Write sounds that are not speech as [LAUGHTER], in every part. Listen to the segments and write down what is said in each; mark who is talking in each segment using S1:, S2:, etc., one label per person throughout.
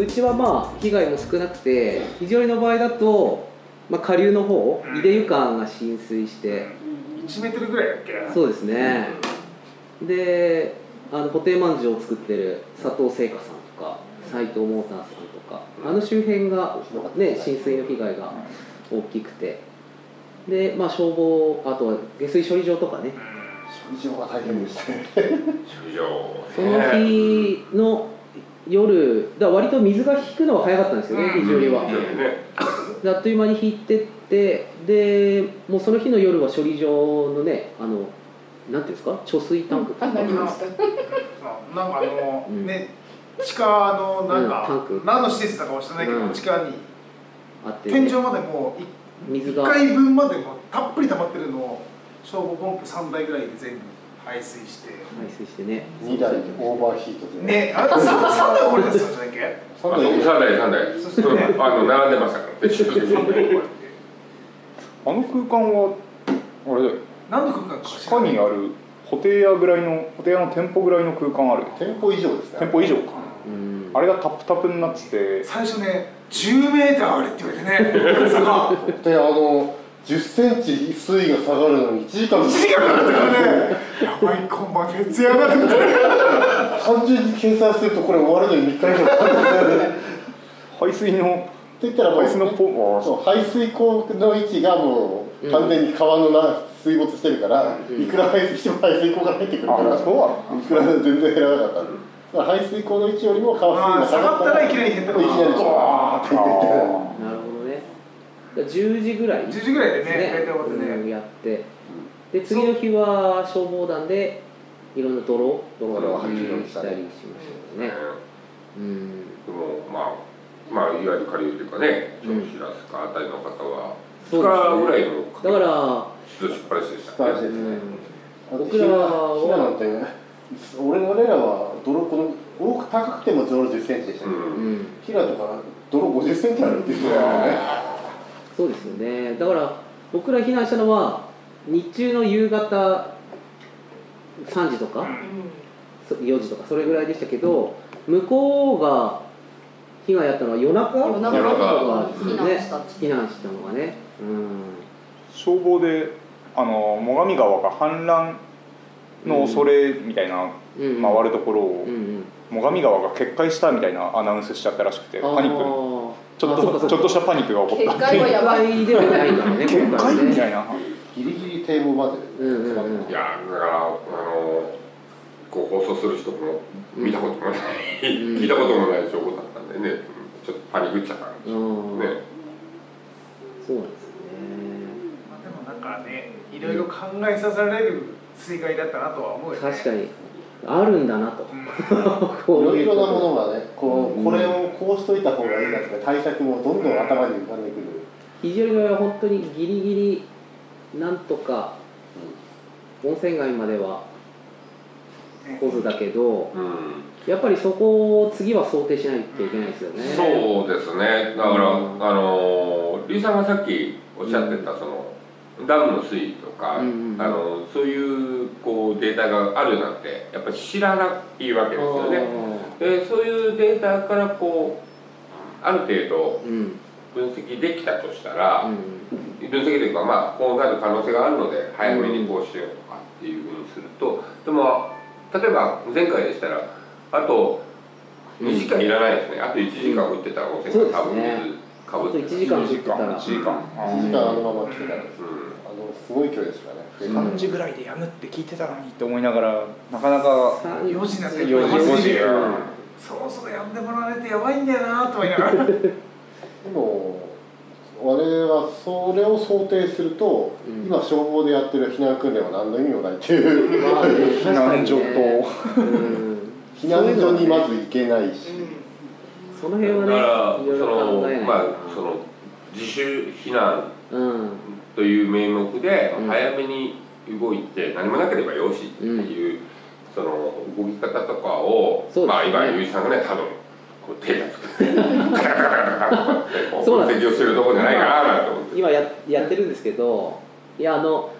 S1: うちはまあ被害も少なくて肘折の場合だと、まあ、下流の方
S2: うん
S1: 井出床が浸水して
S2: 1メートルぐらいだっけ
S1: そううですねであの固定まんじゅうを作ってる佐藤製菓さんとか斎藤モーターさんとかあの周辺が、ね、浸水の被害が大きくてで、まあ、消防あとは下水処理場とかね
S3: 以上は大変ですね。
S2: 終了
S1: その日の夜だから割と水が引くのは早かったんですよね
S2: うん
S1: 非常には
S2: 非常にね
S1: であっという間に引いてってでもうその日の夜は処理場のねあのなんていうんですか貯水タンク
S4: あなりました。
S2: あなんかあの
S1: うん
S2: ね地下のなんか
S1: うんタンク
S2: 何の施設だかは知らないけ
S1: う
S2: ど
S1: ん
S2: 地下に
S1: あって
S2: 天井までもうい
S1: 水
S2: 一
S1: が
S2: 回分までもうたっぷり溜まってるのを消防ポンプ3台ぐらいで全部排水して
S1: 排水してね
S3: 二台オーバーヒートで。
S2: ねあれ 3, 三台これですよじゃないっけ
S3: 三
S5: あの
S3: 台。
S5: 三台三台
S2: そうそうね
S5: あの並んでましたから別室で三台こうやって
S6: あの空間はあれだよ
S2: 何の空間か
S6: 地
S2: 知
S6: 下
S2: らない
S6: にあるホテイヤぐらいのホテイヤの店舗ぐらいの空間ある
S3: 店舗以上ですね。
S6: 店舗以上か
S1: うん
S6: あれがタップタップになってて
S2: 最初ね10メーターあるって言われてねそこ
S3: であの10センチ水位が下がるのに1時間
S2: 1時間かかったからねやばい今晩徹夜だと思って
S3: 単純に計算するとこれ終わるのに3回ぐらいかかるんですよね。
S6: 排水の
S3: って言ったらもう
S6: 排水のポンプ
S3: そう排水口の位置がもう完全に川のな水没してるから、
S1: うん
S3: いくら排水しても排水口が入ってくるか
S6: あ
S3: ら、
S6: そうだない
S3: くらでも全然減らなかったんでだから排水口の位置よりも川水位
S2: あ
S3: が
S2: 下が
S3: 下が
S2: っ
S3: ったた
S2: ら
S3: ら
S2: いきなり減った
S3: いきなりドワ [LAUGHS] ーって言ってて。
S1: なるほ
S6: あ
S1: どねだから10時ぐらい
S2: 10時ぐらいでね
S1: ね
S2: 大体終わってね
S1: うんやってで次の日は消防団でいろんな泥泥
S3: 泥
S1: を
S3: を
S1: 発
S3: 発
S1: 見
S3: 見
S1: し
S3: したた
S1: り
S3: り
S1: しました
S5: ね
S1: よねうん
S5: でもまあまあいわゆる下流というかねちょっと平塚あたりの方は
S1: そ
S5: 2日
S1: うですね
S5: ぐらいの
S1: だから
S5: 出っ張りでした
S3: 大
S5: ね
S3: 事
S1: う
S3: ですね。
S1: ん
S3: あと
S1: 僕らは
S3: ひななんて俺俺らは泥この多く高くても泥10センチでした
S5: う
S3: ね。
S1: うんん
S3: ひなとか泥50センチあるっていうのはね。
S1: そうですよねだから僕ら避難したのは日中の夕方3時とかそ4時とかそれぐらいでしたけど向こうが被害やったのは夜中
S4: 夜中
S5: 夜中
S1: とかですよ
S4: 避難した
S1: ね
S4: って
S1: 避難したのがねうん
S6: 消防であの最上川が氾濫の恐れみたいな
S1: うん
S6: 回るところを
S1: うんうん
S6: 最上川が決壊したみたいなアナウンスしちゃったらしくてパニック
S1: ク
S6: ちょっとちょっとしたパニックが起こった
S4: 決壊はや
S1: 意
S4: ばい。
S1: 外ではないからね
S6: [LAUGHS] 決
S1: 今回
S6: 壊みた
S1: ね
S6: いな
S3: ギリギリ堤防まで。
S1: うんうんうん
S5: いやだからあのこう放送する人も見たこともない
S1: うん
S5: 聞いたこともない情報だったんでねちょっとパニックっちゃったんで
S1: う
S5: しょ
S1: ん
S5: うね
S1: そうなんですよ
S2: まあでもなんかねいろいろ考えさせられる水害だったなとは思うよ
S1: ね
S2: ね
S1: 確かにあるんだなと
S2: うん
S1: こ
S3: いろ
S1: う
S3: いう
S1: こと
S3: ろなものがね、こ
S1: う
S3: うんこれをこうしといた方がいいなとか対策もどんどん頭に浮かんでくる。
S1: 肘折川は本当にギリギリなんとか温泉街までは
S2: ね
S1: 来ずだけど
S5: うん
S1: やっぱりそこを次は想定しないといけないですよね。
S5: そうですねだから、
S1: うん
S5: あのリーさんがさっきおっしゃってた、そのダムの水位とか、
S1: うんうん
S5: あのそういうこうデータがあるなんてやっぱり知らないわけですよねでそういうデータからこうある程度
S1: うんうん
S5: 分析できたとしたら、分析というかまあこうなる可能性があるので早めにこうしようとかっていうふうにするとでも例えば前回でしたらあと
S1: うん
S5: 2時間いらないですね、あと1時間打ってたら温
S1: そうです
S5: 泉が多分
S1: ね
S5: 水か
S1: あ
S5: ぶっ
S1: と
S5: て
S1: 1
S5: た
S1: 時間降ってたら
S6: 1時間
S3: 1時間あのまま来てたら、あの
S5: うん
S3: すごい距離ですからね。
S1: うん
S6: 3時ぐらいでやむって聞いてたのにって思いながらなかなか
S2: 4時になって
S6: 4
S2: る
S6: 時5時
S2: そろそろやんでもらわないとやばいんだよなとは言
S1: [LAUGHS]
S2: いながら
S3: でも我々はそれを想定すると、
S1: うん
S3: 今消防でやってる避難訓練は何の意味もないっていう
S1: まあね
S6: 避難所と
S1: 確かにねうん
S3: 避難所にまず行けないし、
S1: その辺は
S5: だ
S1: ね
S5: から
S1: いろい
S5: そ
S1: ろ考えない
S5: の
S1: と
S5: まあその自主避難
S1: うん
S5: という名目で
S1: うん
S5: 早めに動いて何もなければよしっていう、その動き方とかを、
S1: そうですね
S5: まあ今ゆうじさんがね多分こう手が作ってカタカタカタカタとかってこう
S1: そうなんで
S5: 分
S1: す
S5: 析をしてるところじゃないかななんて思って。
S1: 今ややってるんですけどいやあの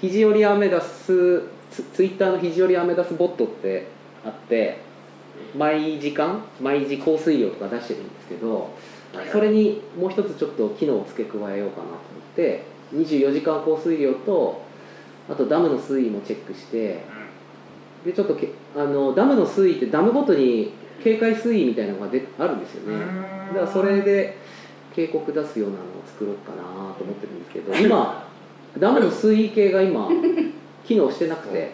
S1: 肘折アメダスツツイッターの肘折アメダスボットってあって毎時間毎時降水量とか出してるんですけどそれにもう一つちょっと機能を付け加えようかなと思って24時間降水量とあとダムの水位もチェックしてでちょっとけあのダムの水位ってダムごとに警戒水位みたいなのがであるんですよねだからそれで警告出すようなのを作ろうかなと思ってるんですけど [LAUGHS] 今ダムの水位計が今機能してなくて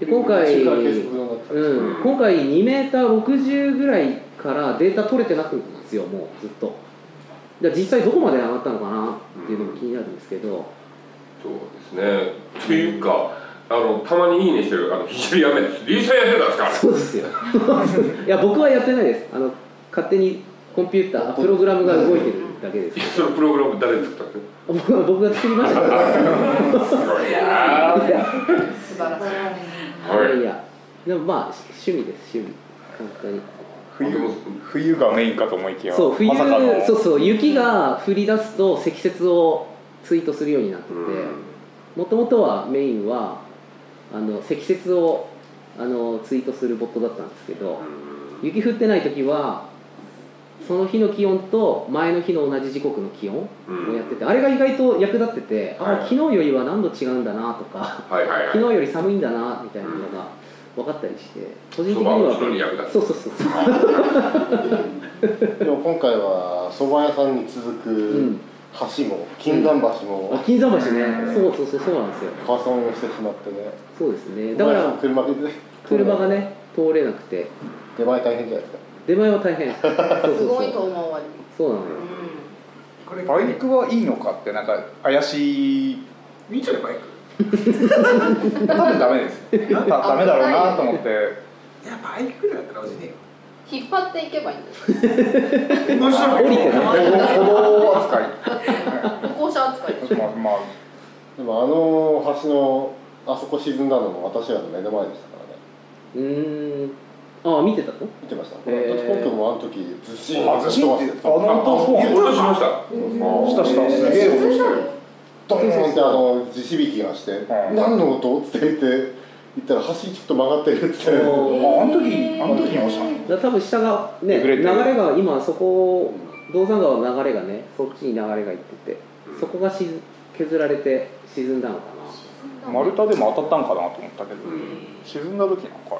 S1: で今回
S3: 中華系食堂になってた
S1: うん、今回 2m60 ぐらいからデータ取れてなくんですよもうずっとじゃ実際どこまで上がったのかなっていうのも気になるんですけど、
S5: そうですねというかあのたまに「いいね」してるあの左やめですリーサやってたんですから
S1: そうですよ [LAUGHS] いや僕はやってないですあの勝手にコンピュータープログラムが動いてるだけです
S5: いやそのプログラム誰作ったんです
S1: 僕
S5: か
S1: は僕が作りましたから
S5: すごいなあ
S1: いや
S4: 素晴らし
S1: い
S5: は
S1: や
S5: い
S1: いやでもまあ趣味です趣味本当に
S6: 冬冬がメインかと思いきや
S1: そう冬、
S6: まさかの
S1: そうそう雪が降り出すと積雪をツイートするようになってて、
S5: うん
S1: もともとはメインはあの積雪をあのツイートするボットだったんですけど雪降ってない時はその日の気温と前の日の同じ時刻の気温
S5: うん
S1: をやっててあれが意外と役立ってて
S5: はい
S1: あ昨日よりは何度違うんだなとか [LAUGHS]
S5: はいはいはい
S1: 昨日より寒いんだなみたいなのが分かったりして個人的
S5: そ
S1: に
S5: ばを打つの
S1: は
S5: に役立つ
S1: そうそうそうそう、
S3: でも今回は蕎麦屋さんに続
S1: う
S3: く
S1: ん、
S3: 橋も金山橋
S1: あ
S3: も
S1: 金山橋ねそうそうそうそうなんですよ
S3: 破損してしまってね
S1: そうですねだから
S3: 蕎麦屋さん車で
S1: 車がね通れなくて
S3: 出前大変じゃないですか
S1: 出前は大変そうそう
S4: い。すご
S1: そ
S4: いう遠回り。
S1: そうなのよ
S4: う
S2: これ
S6: バイクはいいのかってなんか怪
S1: [LAUGHS]
S6: しい
S2: 見ちゃうバイク
S6: 多分ダメですだダメだろうなと思って
S2: いやバイクだったら落ちね
S4: ん。引っ張っていけばいいんです。
S2: えよ同じだ
S1: [LAUGHS] 降りてない
S6: 歩道扱い
S4: 歩行者扱いでしょ。
S6: まあまあ
S3: でもあの橋のあそこ沈んだのも私らの目の前でしたからね
S1: うーんああ見てたの
S3: 見てましただっ
S1: へ
S3: て
S1: ー
S3: 今回もあの時ずっしり
S6: あずっしり
S3: 飛ば
S6: って
S3: して
S6: あ
S5: あ
S6: 本当そう
S5: 落としました
S3: うん
S6: したした
S3: す
S6: す
S3: げ
S6: げ
S3: え
S6: え
S3: 音
S4: 沈ん
S3: してるドーンっ
S4: だの
S3: てあの地響きがして「
S6: ん
S3: 何の音?」って言って行ったら橋ちょっと曲がってるって
S1: おー
S6: ああの時あの時に落ちたの
S1: だから多分下がね
S6: えぐ
S1: 流
S6: れて
S1: れ
S6: る
S1: が今そこ銅山川の流れがねそっちに流れが行っててそこが沈削られて沈んだのか
S6: 丸太でも当たったんかなと思ったけど
S5: うん
S6: 沈んだ時なんかあ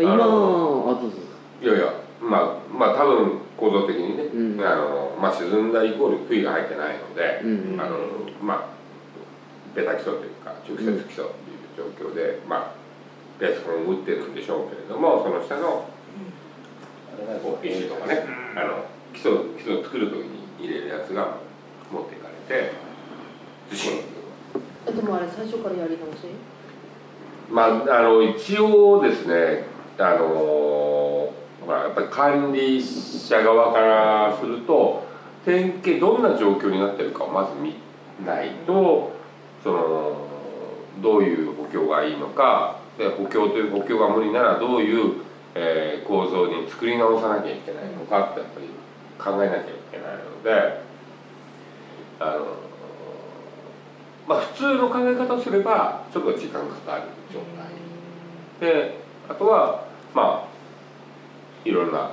S6: れ
S1: な今あ
S5: なるほ
S1: どうぞ
S5: いやいやまあまあ多分構造的にね、
S1: うん
S5: あのまあ、沈んだイコール杭が入ってないので、
S1: うん
S5: あのまあベタ基礎というか直接基礎という状況で、まあベースコンを打ってるんでしょうけれどもその下のこう石とかね、あの基礎基礎を作る時に入れるやつが持っていかれてずしん
S4: えでもあれ最初からやり直し。
S5: まあ、あの一応ですねあの、まあ、やっぱり管理者側からすると点検どんな状況になってるかをまず見ないとそのどういう補強がいいのかで補強という補強が無理ならどういう、えー構造に作り直さなきゃいけないのかってやっぱり考えなきゃいけないのであのまあ普通の考え方をすればちょっと時間かかる状態。であとはまあいろんな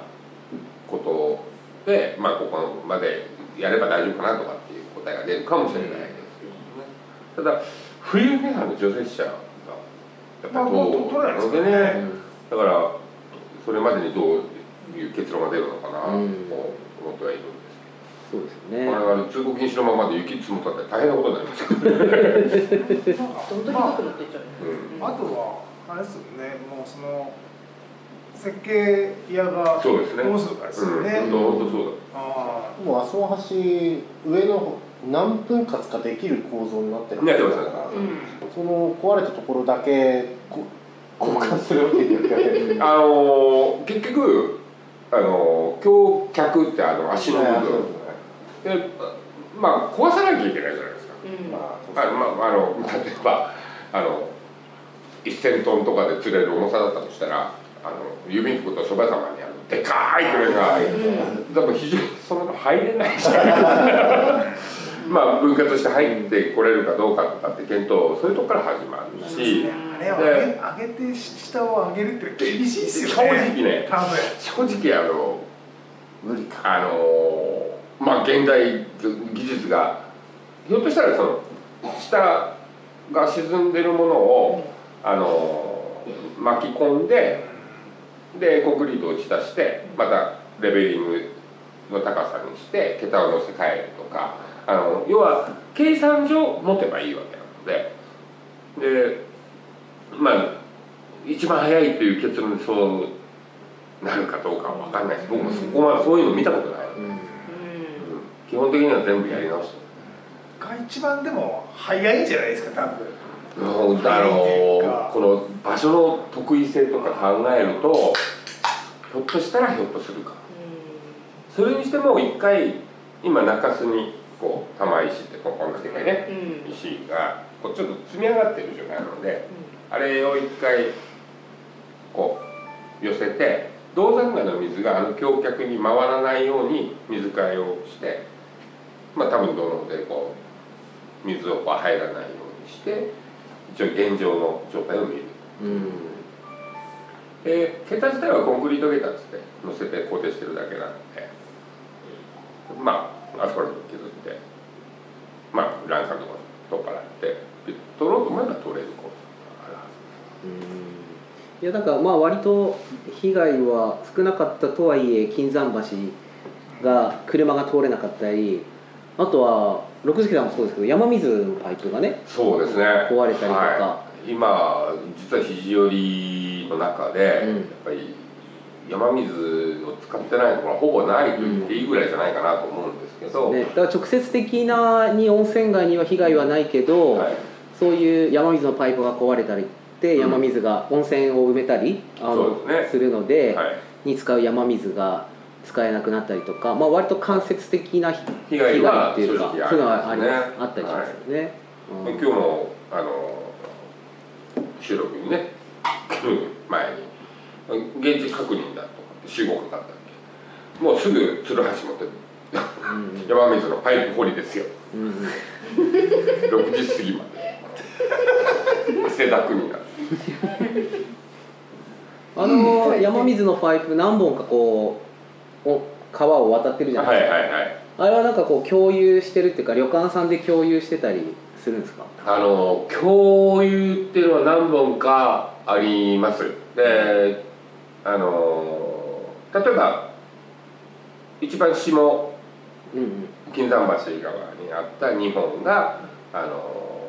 S5: ことで、まあ、ここまでやれば大丈夫かなとかっていう答えが出るかもしれないですけどね、ただ冬ねあの除雪車がやっぱ
S2: まあ
S5: り
S2: もう
S5: どう
S2: 取れないですから
S5: で
S2: ね
S1: う
S5: ね
S1: ん
S5: だからそれまでにどういう結論が出るのかなと
S1: う
S5: 思
S1: ん
S5: ってはいるんです
S1: そうです
S5: け
S1: よ
S5: ど、
S1: ね
S5: 我々通行禁止のままで雪積もったって大変なことになりますから、
S4: どんどん高くなっていっちゃう。
S5: うん
S2: あとはあれですよねもうその設計屋が
S5: そうですね
S2: どうするかですよね、
S5: うん、本当そうだ
S2: あ
S3: もうあそこ橋上の方何分割かできる構造になってる
S5: なってます
S3: だから
S4: うん。
S3: その壊れたところだけこ交換するわけにはいかない
S5: あのー結局あのー橋脚ってあの足の部分でまあ壊さなきゃいけないじゃないですか
S4: うん。
S3: まあそう
S5: あの、まあ、あの例えばあの1000トンとかで釣れる重さだったとしたらあの郵便局とそば屋様にあのでかいクレーンが
S4: うん
S5: だから非常にその中入れないじゃないですか [LAUGHS] まあ、文化として入ってこれるかどうかとかって検討そういうとこから始まるし
S2: あれを上げ上げて下を上げるって厳しいですよ
S5: 正直
S2: ね
S5: ね
S2: 多分
S5: 正直あの
S3: 無理か
S5: あのまあ現代技術がひょっとしたらその下が沈んでるものをあの巻き込んででコンクリートを打ち出してまたレベリングの高さにして桁を乗せ替えるとかあの要は計算上持てばいいわけなのででまあ一番早いという結論にそうなるかどうかは分かんないです僕もそこまでそういうの見たことない、
S4: うん
S5: 基本的には全部やり直して
S2: が一番でも早いんじゃないですか多分 [LAUGHS]
S5: うんあのこの場所の得意性とか考えるとひょっとしたらひょっとするかそれにしても一回今中洲にこう玉石ってここの世界ね
S4: うんうん
S5: 石がこうちょっと積み上がってる状態なのであれを一回こう寄せて銅山川の水があの橋脚に回らないように水替えをしてまあ多分泥でこう水をこう入らないようにして一応現状の状態を見る。
S1: うん
S5: で桁自体はコンクリート桁っつって乗せて固定してるだけなのでまあアスファルト削ってまあ欄干とか取っ払ってで取ろうと思えば取れることがあるはず
S1: いやだからまあ割と被害は少なかったとはいえ金山橋が車が通れなかったりあとは六時さんもそうですけど山水のパイプがね
S5: そうですね
S1: 壊れたりとか
S5: はい、今実は肘折りの中で、
S1: うん
S5: やっぱり山水を使ってないところはほぼないと言っていいぐらいじゃないかなと思うんですけど、
S1: ねだから直接的なに温泉街には被害はないけど、
S5: はい、
S1: そういう山水のパイプが壊れたりって
S5: うん
S1: 山水が温泉を埋めたりあの
S5: そうですね
S1: るので、
S5: はい、
S1: に使う山水が使えなくなったりとか、まあ、割と間接的な
S5: 被害は
S1: っていうか
S5: 正直ありま
S1: そ
S5: すね
S1: ういうのはありますあったりしますよね。うん
S5: 今日もあの収録にね来る前に現地確認だと思って集合かかったっけもうすぐ鶴橋持ってる山水のパイプ掘りですよ
S1: うんうんうん
S5: 6時過ぎまで [LAUGHS] 汗だくになる
S1: あの山水のパイプ何本かこうお川を渡ってるじゃ
S5: はい
S1: ない
S5: は
S1: です
S5: い
S1: か、
S5: はい
S1: あれはなんかこう共有してるっていうか旅館さんで共有してたりするんですか
S5: あの共有っていうのは何本かありますであの例えば一番下
S1: うんうん
S5: 金山橋側にあった2本があの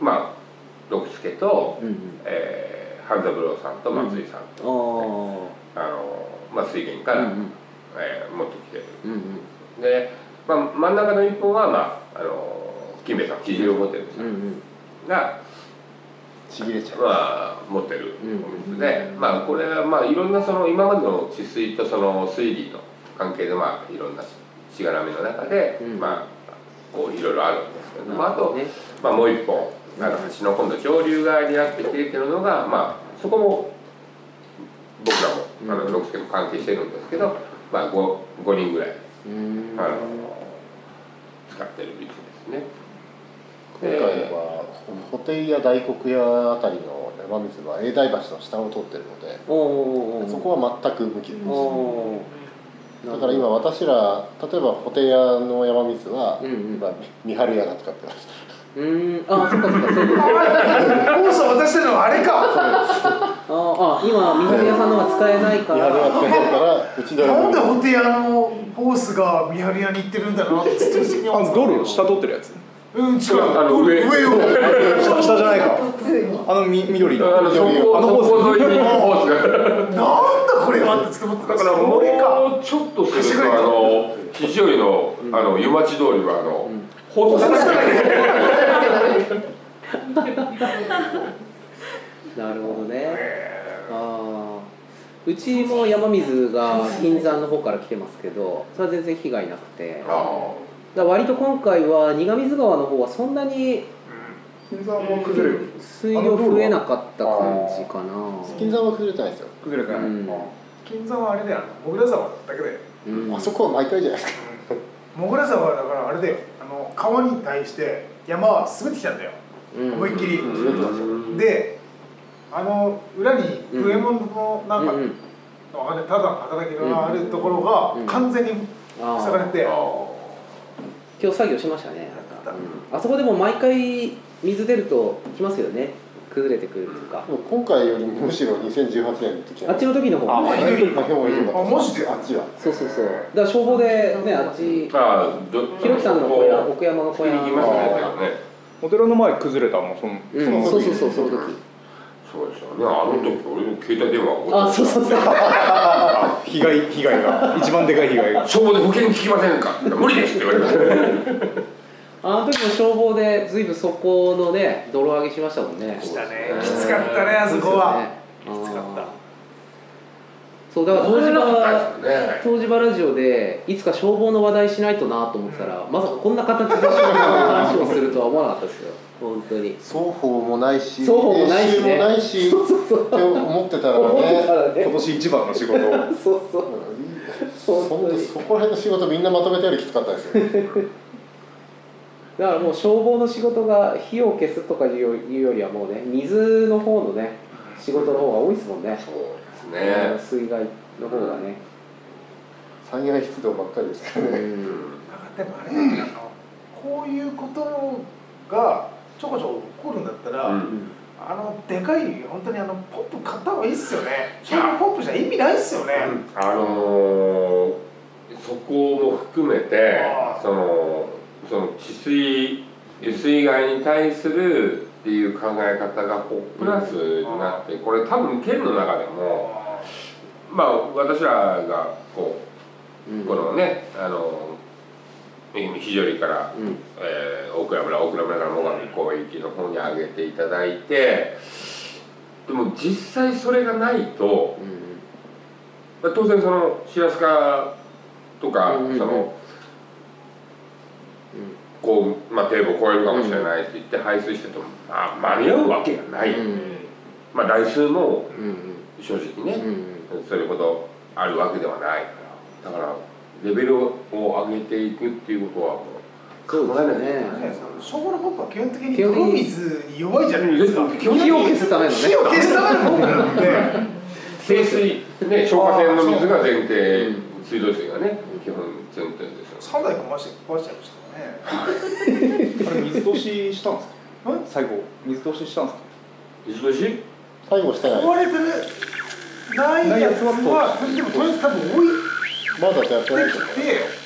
S5: まあ六助と、
S1: うんうん
S5: えー、半三郎さんと松井さ
S1: あ
S5: ん、
S1: ー
S5: あのまあ、水源から、
S1: うんうん
S5: えー持ってきて
S1: うんうん
S5: るで、まあ、真ん中の1本は、まあ、あの金兵衛さん木汁を持ってるんです
S1: うんうん
S5: が、
S3: ちぎれちゃう、
S5: まあ、持ってる
S1: うん
S5: お水で、まあ、これは、まあ、いろんなその今までの治水とその水利の関係で、まあ、いろんなしがらみの中で、
S1: うん
S5: まあ、こういろいろあるんですけど、まあ、あと、
S1: ね
S5: まあ、もう一本あの橋の今度上流側になって切れてるのが、まあ、そこも僕らもあの
S1: うん
S5: 六助も関係してるんですけど、まあ、5, 5人ぐらいあ
S1: うん
S5: の使ってる水ですね。
S3: 今回はホテイや大黒屋あたりの山水は永代橋の下を通ってるので
S1: おーおーおー
S3: そこは全く無傷です
S1: おー
S3: だから今私ら例えばホテイ屋の山水は、
S1: うんうん
S3: 今三春屋が使ってます
S1: うーんあそっかそっかそういうこと
S2: 放送渡してるのはあれか
S1: ああ今水谷さんのが使えないか
S3: 三
S1: ら
S3: 春屋使ってるからうちで
S2: なんで
S3: は
S2: ホテ屋のホースが三春屋に行ってるんだなってずっと不思議に思って
S6: あ
S2: た
S6: ドル下取ってるやつ
S2: うん違う
S5: あの上
S2: 上よ
S6: 下下じゃないかあのみ緑
S5: あのそこ
S6: あの
S5: そこ沿いにホースが
S2: なんだこれはってずっと思って
S5: だ
S2: た
S5: からも
S2: これか
S5: うちょっとするとあの肘折のあの湯町通りはあの、
S1: ん
S5: ホースが
S1: なるほどねああうちも山水が銀山の方から来てますけどそれは全然被害なくてだか
S5: あ
S1: ら割と今回は苦水川の方はそんなに
S6: 金沢も崩れる
S1: 水量増えなかった感じかな
S3: 金沢は崩れてないですよ、
S6: 崩れてない、
S1: うん
S2: 金座はあれだよ小倉沢だけだよ
S1: うん
S3: あそこは毎回じゃないですか
S2: もぐら沢はだからあれだよあのの川に対して山は滑ってきたんだよ
S1: うん
S2: 思いっきり、
S5: うん
S2: であの裏に
S1: うん
S2: 上門のなんか、
S1: うんうん
S2: わかんないただの働きのあるところが
S1: うん
S2: 完全に
S1: あ
S2: 塞がれ
S1: ー
S2: て、
S1: 今日作業しましたねなんか
S2: やっ
S1: うんあそこでも毎回水出ると来ますよね崩れてくるとか
S3: でも今回よりもむしろ2018年の時
S1: あっちの時の方が
S2: あ
S1: ね
S2: ひどい
S3: の方がひどか
S2: あ
S3: った
S2: マジで
S3: あっちは
S1: そうそうそうだから消防でねあっち
S5: あーど
S1: ひろきさんの小屋奥山の小
S5: こう
S1: 屋
S5: 響きましたねだからね
S6: お寺の前崩れたのもその
S1: うん
S3: その
S1: そう
S3: 時
S1: そうそうその時
S5: そうですよねあの時俺の携帯電話が
S1: あそうそうそう
S6: あ [LAUGHS] 被害被害が一番でかい被
S5: [LAUGHS]
S6: 害が
S5: 消防で保険聞きませんか [LAUGHS] 無理ですって言われました
S1: あの時も消防でずいぶんそこのね泥上げしましたもんね
S2: したね
S5: うん
S2: きつかったねあそこは
S1: そうですよね
S2: きつかった
S1: あーそうだから東芝は
S5: ね
S1: 東芝ラジオでいつか消防の話題しないとなと思ってたらまさかこんな形で消防の話をするとは思わなかったですよ [LAUGHS] 本当に
S3: 双方もないし
S1: 双方もないしね
S3: 練習もないしって思ってたら
S1: 思ってた
S3: ね
S1: らね
S6: 今年一番の仕事を
S1: そうそう
S3: そ
S1: 本当に
S3: んそこら辺の仕事みんなまとめたよりきつかったですよ
S1: [LAUGHS] だからもう消防の仕事が火を消すとかいうよいうよりはもうね水の方のね仕事の方が多いですもんね
S5: そうで
S1: あの
S5: すね
S1: 水害の方がね、
S3: 災害出動ばっかりですからね
S1: うん、
S2: なんかでもあれだなあのこういうことがちょこちょこ起こるんだったら、
S5: うん
S2: あのでかい本当にあのポップ買った方がいいっすよね消防ポップじゃ意味ないっすよね、
S5: あのーそこも含めて
S2: あー
S5: そのその治水油水害に対するっていう考え方がこうプラスになってこれ多分県の中でもまあ私らがこ
S1: うん
S5: うこのねあの愛媛肘折から
S1: うん
S5: えー、大倉村大倉村から最上広域の方に上げていただいてでも実際それがないと
S1: うん
S5: まあ当然その白須川とか、
S1: うんうんうん
S5: そのこう、まあ、堤防を越えるかもしれないって言って排水してても、まあ、間に合うわけがない、
S1: うん
S5: まあ台数も
S1: うんうん
S5: 正直
S1: うんう
S5: ね、
S1: ん
S5: それほどあるわけではないからだからレベルを上げていくっていうことはも
S1: そうう
S5: 考
S1: で
S5: え
S1: す
S5: ないと
S1: ね
S2: 消防のポップは基本的に泥水に弱いじゃないですか
S5: 基
S1: 火を消すためのね
S2: 火を消すためのポップなんで
S5: 清水ね消火栓の水が前提水道水がね基本前提ですよ
S2: 3台壊して壊しちゃいましたからね
S6: あれ水通ししたんですか
S2: ん
S6: 最後水通ししたんですか
S5: 水道水
S3: 最後してない
S2: 壊れてるないやつはでもとりあえず多分置い
S3: まだやってない
S2: てきて